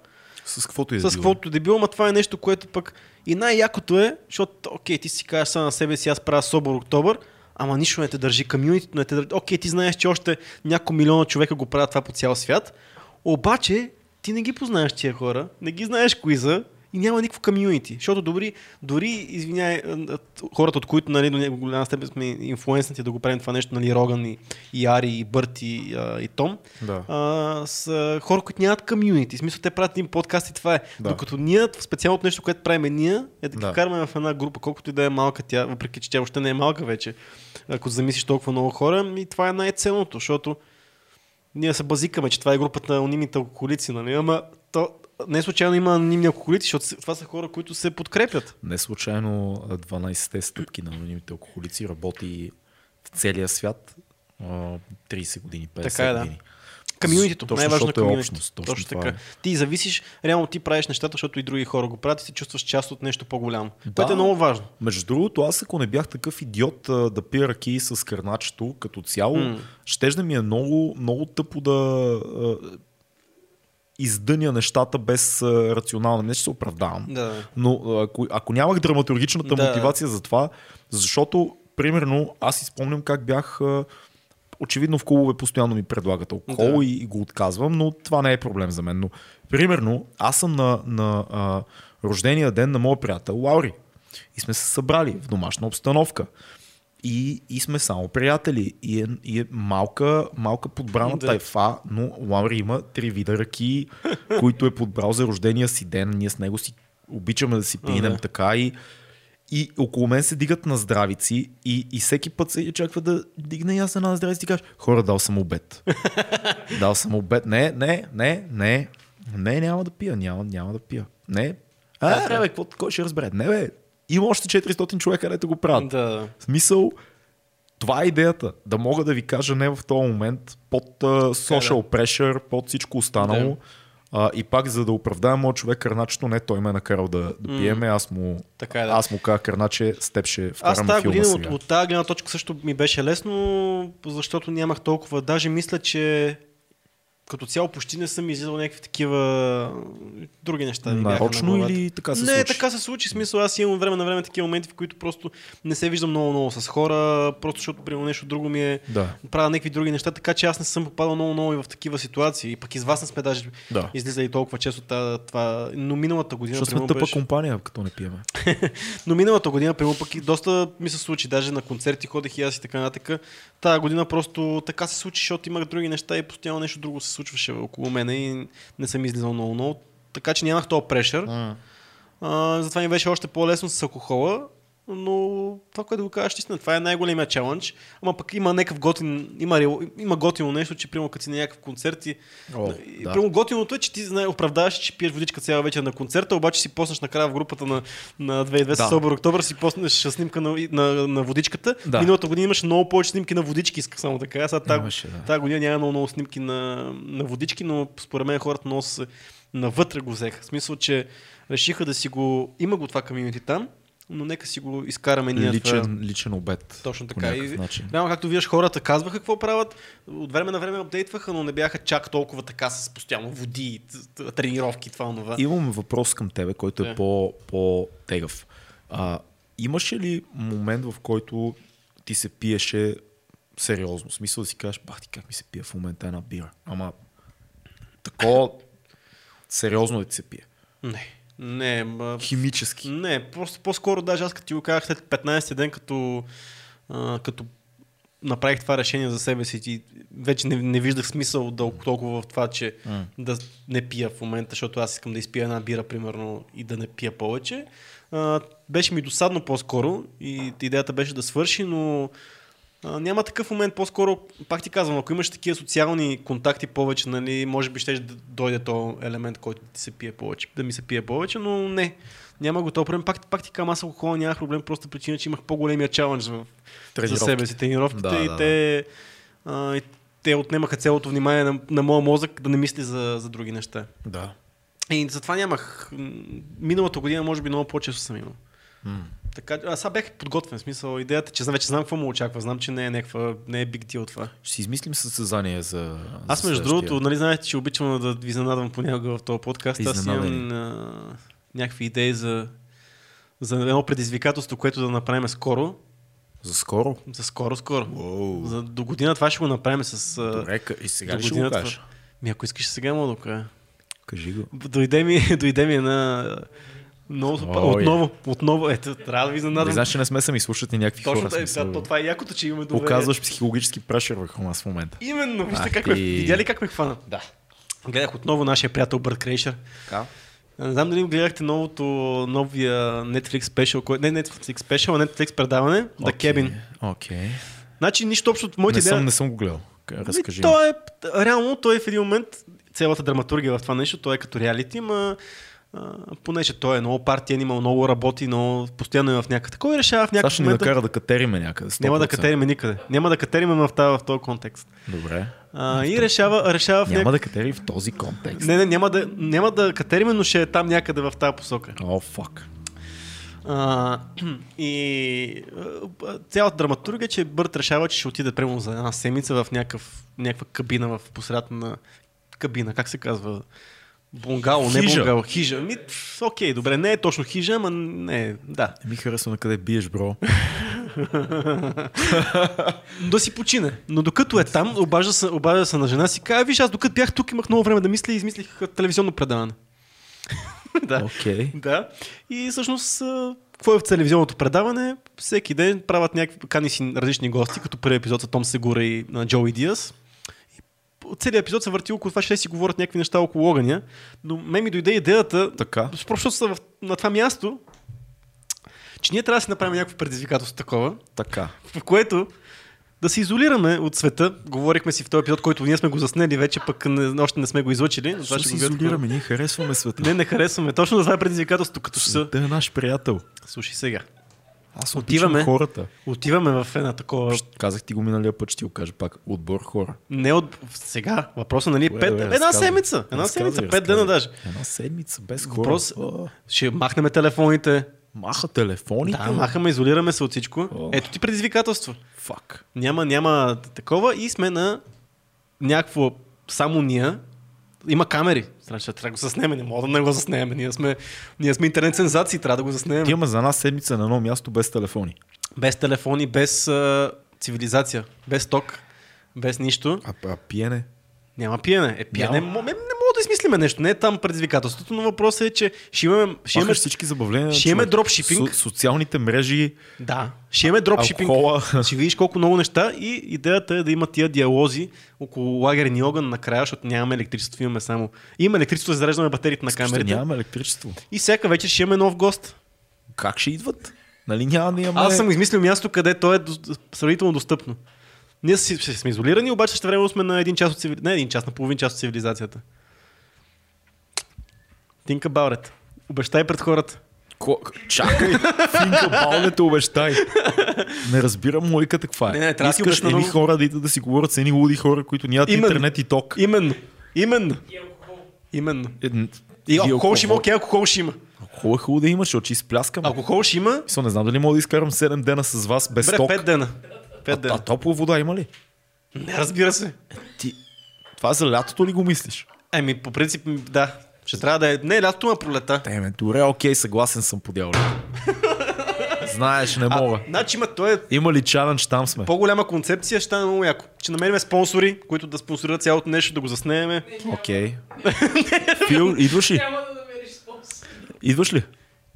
С каквото и да с било. каквото и да било, но това е нещо, което пък и най-якото е, защото, окей, ти си кажеш сам на себе си, аз правя Собор Октобър, ама нищо не те държи, комьюнитито не те държи. Окей, ти знаеш, че още няколко милиона човека го правят това по цял свят, обаче ти не ги познаеш тия хора, не ги знаеш кои са и няма никакво комьюнити. Защото дори, дори извиняй, а, а, хората, от които нали, до ня- голяма степен сме инфлуенснати да го правим това нещо, нали, Роган и, и Ари, и Бърт и, а, и Том, Да. а, с хора, които нямат комьюнити. В смисъл, те правят един подкаст и това е. Да. Да. Докато ние, специалното нещо, което правим ние, е да, Да. да. ги караме в една група, колкото и да е малка тя, въпреки че тя още не е малка вече, ако замислиш толкова много хора, и това е най-ценното, защото ние се базикаме, че това е групата на анонимните алкохолици, нали? Ама то, не случайно има анонимни алкохолици, защото с- това са хора, които се подкрепят. Не случайно а, 12-те стъпки на анонимните алкохолици работи в целия свят а, 30 години, 50 Така е, да. години. Комьюнитито. Точно Най-важно защото е комьюнити. общност, точно Точно, това така. е. Ти зависиш, реално ти правиш нещата, защото и други хора го правят и се чувстваш част от нещо по-голямо. Да. Което е много важно. Между другото, аз ако не бях такъв идиот а, да пия ръки с кърначето като цяло, mm. М. щеше да ми е много, много тъпо да а, издъня нещата без а, рационална. Не ще се оправдавам. Да. Но ако, ако нямах драматургичната да. Да. мотивация за това, защото, примерно, аз изпомням как бях. а, Очевидно в клубове постоянно ми предлагат алкохол да. Е, Да. и, и го отказвам, но това не е проблем за мен. Но, примерно, аз съм на, на а, рождения ден на моя приятел Лаури. И сме се събрали в домашна обстановка. И, и сме само приятели. И е, и е малка, малка подбрана да. Да. тайфа, но Лаури има три вида ръки, които е подбрал за рождения си ден. Ние с него си обичаме да си пинем да. така и, и около мен се дигат на здравици и, и всеки път се очаква да дигне и аз една здравица и ти кажеш, хора, дал съм обед. дал съм обед. Не, не, не, не, не, няма да пия, няма, няма да пия. Не. А, не, бе, какво, кой ще разбере? Не, бе, има още 400 човека, където го правят. Да. В смисъл, това е идеята. Да мога да ви кажа не в този момент, под uh, social pressure, под всичко останало. Да. А, и пак, за да оправдаем моят човек кърначето, не, той ме е накарал да, да пиеме, аз му, Така е, да. аз му казах кърначе, с теб ще Аз вкараме тази филма година от, сега. от тази гледна точка също ми беше лесно, защото нямах толкова. Даже мисля, че като цяло почти не съм излизал някакви такива м, други неща. ми бяха на Нарочно главата. или така се не, случи? така се случи. В Смисъл, аз имам време на време такива моменти, в които просто не се виждам много-много с хора, просто защото примерно нещо друго ми е. Да. Правя някакви други неща, така че аз не съм попадал много-много и в такива ситуации. И пък и с вас не сме даже Да. излизали толкова често та- това. Но миналата година. Защото сме примерно, тъпа беше- компания, като не пиеме. но миналата година, прямо пък и доста ми се случи. Даже на концерти ходих и аз и така нататък. Тая година просто така се случи, защото имах други неща и постоянно нещо друго се случваше около мене и не съм излизал много много. Така че нямах този прешър. А, затова ми беше още по-лесно с алкохола. Но това, което го казваш, наистина, това е най-големия чалъндж. Ама пък има някакъв готин, има, реал- има готино нещо, че примерно като си на някакъв концерт и О, и да. Прямо готиното е, че ти знае, оправдаваш, че пиеш водичка цяла вечер на концерта, обаче си поснеш накрая в групата на, на 2200 да. Да. Собър Октобър, си поснеш снимка на, на, на водичката. Да. Да. Миналата година имаше много повече снимки на водички, исках само така. Сега тази, Имаше, да. тази година няма много, много снимки на, на водички, но според мен хората много са, навътре го взеха. В смисъл, че решиха да си го... Има го това комьюнити там, но нека си го изкараме ние това. Личен, личен обед. Точно по така. някакъв И, начин. Реално, както виждаш, хората казваха какво правят, от време на време апдейтваха, но не бяха чак толкова така с постоянно води, т- т- тренировки, това, това. Имам въпрос към тебе, който е Да. по, по-тегъв. А, имаше ли момент, в който ти се пиеше сериозно? В смисъл да си кажеш, бах ти как ми се пие в момента една бира. Ама тако Сериозно ли ти се пие? Не. Не, ма... Химически. Не, просто по-скоро даже аз като ти го казах след 15 ден, като, а, като направих това решение за себе си и вече не, не виждах смисъл да, толкова в това, че М. да не пия в момента, защото аз искам да изпия една бира, примерно, и да не пия повече. А, беше ми досадно по-скоро и идеята беше да свърши, но а, няма такъв момент. По-скоро, пак ти казвам, ако имаш такива социални контакти повече, нали, може би ще да дойде този елемент, който ти се пие повече, да ми се пие повече, но не. Няма го този проблем. Пак, пак ти казвам, аз с алкохола нямах проблем, просто причина, че имах по-големия чалендж в, за Тренировките. себе си тренировките Да, и да, те, а, и те отнемаха цялото внимание на, на моя мозък да не мисли за, за други неща. Да. И затова нямах. м, Миналата година, може би, много по-често съм имал. М. Така, че- аз сега бях подготвен. в Смисъл, идеята, е, че знам, вече знам какво му очаква. Знам, че не е някаква, не е биг дил това. Ще си измислим състезание за. Аз, за между следващия. другото, нали знаете, че обичам да ви изненадвам понякога в този подкаст. Аз имам Изненадани. а, някакви идеи за, за едно предизвикателство, което да направим скоро. За скоро. За скоро, скоро. Уоу. За до година това ще го направим с. а, Добре, къ- и сега до ли ще година го кажа? това. Ми, ако искаш сега мога да го кажа. Кажи го. Дойде ми, дойде ми една... е, Много, Ой. отново, отново, ето, трябва да ви Не изненадам. знаеш, че не сме сами слушат и някакви Точно хора. така, смисъл. сега, то това е якото, че имаме доверие. Оказваш психологически прешър върху нас в момента. Именно, вижте Ах как ме, ти. видя ли как ме хвана? Да. Гледах отново нашия приятел Бърт Крейшер. Така. Не знам дали гледахте новото, новия Netflix special, кой... не Netflix special, а Netflix предаване, The Cabin. Окей. Значи нищо общо от моите Не съм, не съм го гледал. К- Разкажи. ми. То е, реално, той е в един момент, цялата драматургия в това нещо, той е като реалити, ма а, понеже той е много партиен, има много работи, но постоянно е в някакъв такой и решава в Сега някакъв ще ни момент. накара да катериме някъде. 100%. Няма да катериме никъде. Няма да катериме в, тази, в този контекст. Добре. А, и решава, решава в Ами, Няма някакъв... да катери в този контекст. Не, не, няма да, няма да катериме, но ще е там някъде в тази посока. О, фак. А, и а, цялата драматурга е, че Бърт решава, че ще отиде прямо за една седмица в някакъв, някаква кабина в посредата на кабина, как се казва? Бунгало, не Хижа. бунгало, хижа. Ми, пф, окей, добре, не е точно хижа, ама не, е, да. Не ми харесва на къде биеш, бро. Да си почине. Но докато е там, обажда се, обажда се на жена си, казва, виж, аз докато бях тук, имах много време да мисля и измислих а, телевизионно предаване. да. Окей. Да. И всъщност, а, какво е в телевизионното предаване? Всеки ден правят някакви, кани си различни гости, като първи епизод са Том Сегура и а, Джоуи Диас. И по- Целият епизод се върти около това, че те си говорят някакви неща около огъня. Но ме ми дойде идеята, Така. просто защото са в, на това място, че ние трябва да си направим някакво предизвикателство такова, Така. в което да се изолираме от света. Говорихме си в този епизод, който ние сме го заснели вече, пък не, още не сме го излъчили. Затова Защо ще се Значи го видят- изолираме? Ние харесваме света. Не, не харесваме. Точно за това е предизвикателство, като ще са... Света е наш приятел. Слушай сега. Аз Отиваме. отиваме. хората. Отиваме в една такова... Казах ти го миналия път, ще ти го кажа пак. Отбор хора. Не от... Сега. Въпросът, нали? Добре, пет... добре, една разказвай. седмица. Една Разказвай, седмица. Пет разказвай. дена даже. Една седмица без хора. Въпрос- О, Ще махнем телефоните. Маха телефоните. Да, махаме, изолираме се от всичко. О. Ето ти предизвикателство. Фак. Няма, няма такова и сме на някакво само ние. Има камери. Значи, трябва да го заснеме. Не мога да не го заснеме. Ние сме, ние сме интернет сензации. Трябва да го заснеме. Отиваме за една седмица на едно място без телефони. Без телефони, без а, цивилизация, без ток, без нищо. А, а пиене? Няма пиене. Е, пиене. Няма. Мо, не, не мога да измислиме нещо. Не е там предизвикателството, но въпросът е, че ще имаме. Ще имаме Пахаш всички забавления. ще имаме човек. дропшипинг. Со- социалните мрежи. да, ще имаме дропшипинг. Алкохола. Ще видиш колко много неща и идеята е да има тия диалози около лагерния огън накрая, защото нямаме електричество, имаме само. Има електричество, зареждаме батериите на Ще камерите. нямаме електричество. И всяка вечер ще имаме нов гост. Как ще идват? Нали няма да имаме... Аз съм измислил място, къде то е до- сравнително достъпно. Ние си, ще сме изолирани, обаче ще време сме на един час от цивили... не един час, на половин час от цивилизацията. Тинка Баурет. Обещай пред хората. Ко... Чакай, финка балнето обещай. Не разбирам логиката каква е. Не, не, трябва да си Искаш обясна едни много. хора да идват да си говорят с едни луди хора, които нямат Именно. интернет и ток. Именно. Именно. И алкохол. Именно. Е, И алкохол ще има, окей, алкохол ще има. Хубаво е хубаво да имаш, защото ще изпляскам. Ако... Алкохол ще има, Мисъл, не знам дали мога да изкарам 7 дена с вас без бре, ток. пет дена. Пет а, а дена. топла вода има ли? Не, разбира се. Ти... Това за лятото ли го мислиш? Еми, по принцип, м, да. Ще трябва да е. Не, лятото, а пролета. Теме, добре, окей, съгласен съм по дяволите. Знаеш, не мога. Значи има, той е Има ли чалендж, там сме. по-голяма концепция, ще е много яко. Ще намерим спонсори, които да спонсорират цялото нещо, да го заснеме. Окей. Фил, идваш ли? Няма да намериш спонсор. Идваш ли?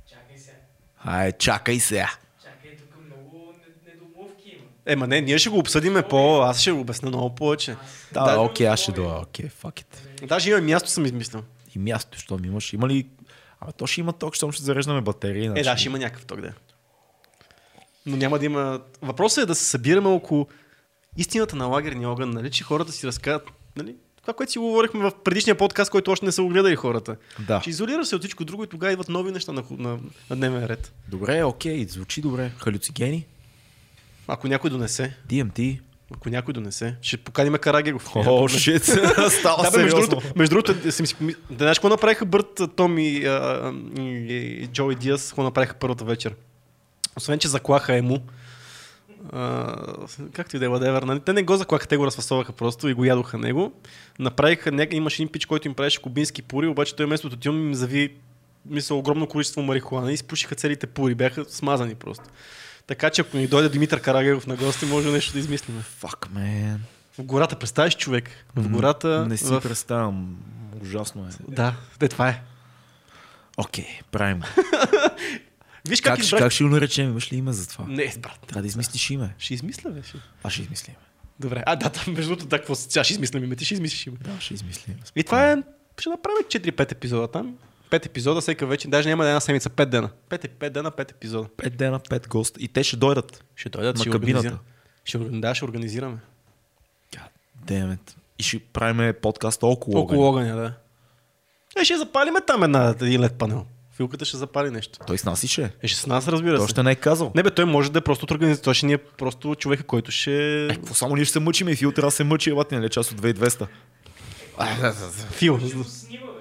Чакай сега. Ай, чакай сега. Чакай, тук много не- недомовки има. Ема не, ние ще го обсъдиме по... Аз ще го обясня много повече. Да, окей, аз ще дойда. Окей, fuck it. Даже има място, съм измислил. И място, що ми имаш? Има ли... Абе, то ще има ток, щом ще зареждаме батерии. значи. Е, да, ще има някакъв ток, да. Но няма да има... Въпросът е да се събираме около истината на лагерния огън, нали? Че хората си разказват, нали? Това, което си го говорихме в предишния подкаст, който още не са го гледали хората. Да. Че изолира се от всичко друго и тогава идват нови неща на, ху- на, на дневен ред. Добре, окей, звучи добре. Халюцигени, Ако някой донесе, DMT. ако някой донесе, ще поканим Карагегов. О, шит, става да, бе, между сериозно. другото, между другото, съм си помис- да знаеш какво направиха Бърт, Том и, а, и, и Джои Диас, какво направиха първата вечер? Освен, че заклаха ему, а, както и да е, whatever, нали? те не го заклаха, те го разфасоваха просто и го ядоха него. Направиха, няк... имаше един пич, който им правеше кубински пури, обаче той вместо тютюн им зави мисля, огромно количество марихуана и изпушиха целите пури, бяха смазани просто. Така че ако ни дойде Димитър Карагелов на гости, може нещо да измислим. Fuck, man. В гората, представиш човек? В гората, Не си в представям. Ужасно е. да, е, това е. Окей, правим. го. Виж как, Как, ще- избрах... как ще го наречем? Имаш ли име за това? Не, брат. Трябва да измислиш име. Ще измисля вече. Аз ще измислим. Добре. А, да, там, между другото, да, какво си? Сега ще измислям име, ти ще измислиш име. Да, ще измислим. И това е... Ще направим 4-5 епизода там. 5 епизода всека вече. Даже няма да е една седмица, 5 дена. 5, 5 дена, 5 епизода. Пет дена, пет гост. И те ще дойдат. Ще дойдат, На ще кабината. организираме. Ще, орган- да, ще организираме. God damn it. И ще правим подкаст около. Около огъня. огъня, да. Е, ще запалиме там една, един лед панел. Филката ще запали нещо. Той с нас и ще. е. Е, ще с нас, разбира се. Той още не е казал. Не бе, той може да е просто от организатор. Той ще ни е просто човека, който ще... Е, какво само ние ще се мъчим и филтъра се мъчи, елате, нали, част от 2200. А, да, да, да. Фил. Го снима, бе.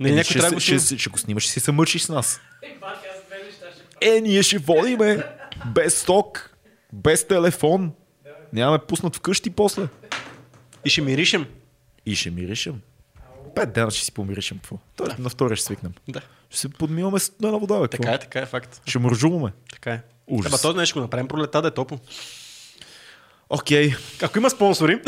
Не, Еми, някой ще, трябва да се- го ще, ще... се- ще, го снимаш и ще се мъчиш с нас. Е, бати, аз две неща ще правя. Е, ние ще водиме без ток, без телефон. Нямаме пуснат вкъщи после. И ще миришем. И ще миришем. Пет дена ще си помиришем. Какво? Той, на втория ще свикнем. Да. Ще се подмиваме с една вода. Бе, какво? Така е, така е факт. Ще мържуваме. Така е. Ужас. Ужас. Ама този нещо го направим пролета, да е топло. Окей. Ако има спонсори,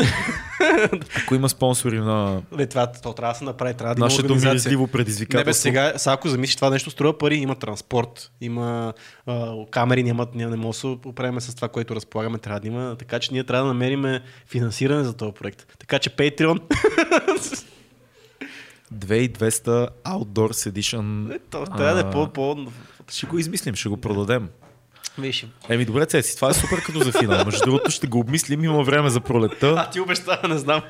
Ако има спонсори на не, това, то трябва да се направи, трябва да има нашето организация. миризливо Не бе, предизвикателство. сега, сега ако замислиш, това нещо струва пари, има транспорт, има а, камери, нямат, няма, не може да се оправим с това, което разполагаме, трябва да има, така че ние трябва да намерим финансиране за този проект. Така че Patreon, 2200 Outdoors Edition. то, трябва да е А, по... по... Ще го измислим, ще го продадем. Виж, Еми, добре, Цеци, това е супер като за финал. Между другото, ще го обмислим, има време за пролетта. а ти обещава, не знам.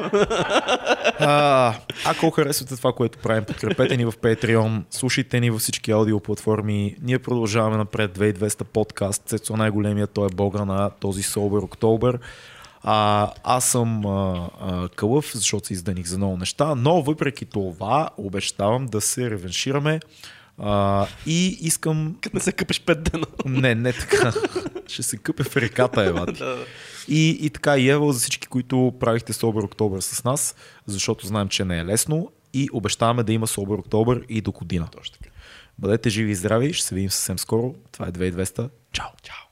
А, ако харесвате това, което правим, подкрепете ни в Patreon, слушайте ни във всички аудиоплатформи. Ние продължаваме напред 2200 подкаст. Цецо най-големия, той е бога на този Sober October. А, аз съм а, а, кълъв, защото се изданих за много неща, но въпреки това обещавам да се ревеншираме а, и искам Като не се къпеш 5 дена. не, не така. Ще се къпе в реката, Евати. и, и така, и Ева, за всички, които правихте Собър Октобър с нас, защото знаем, че не е лесно и обещаваме да има Собър Октобър и до година. Точно така. Бъдете живи и здрави, ще се видим съвсем скоро. Това е 2200. Чао! Чао!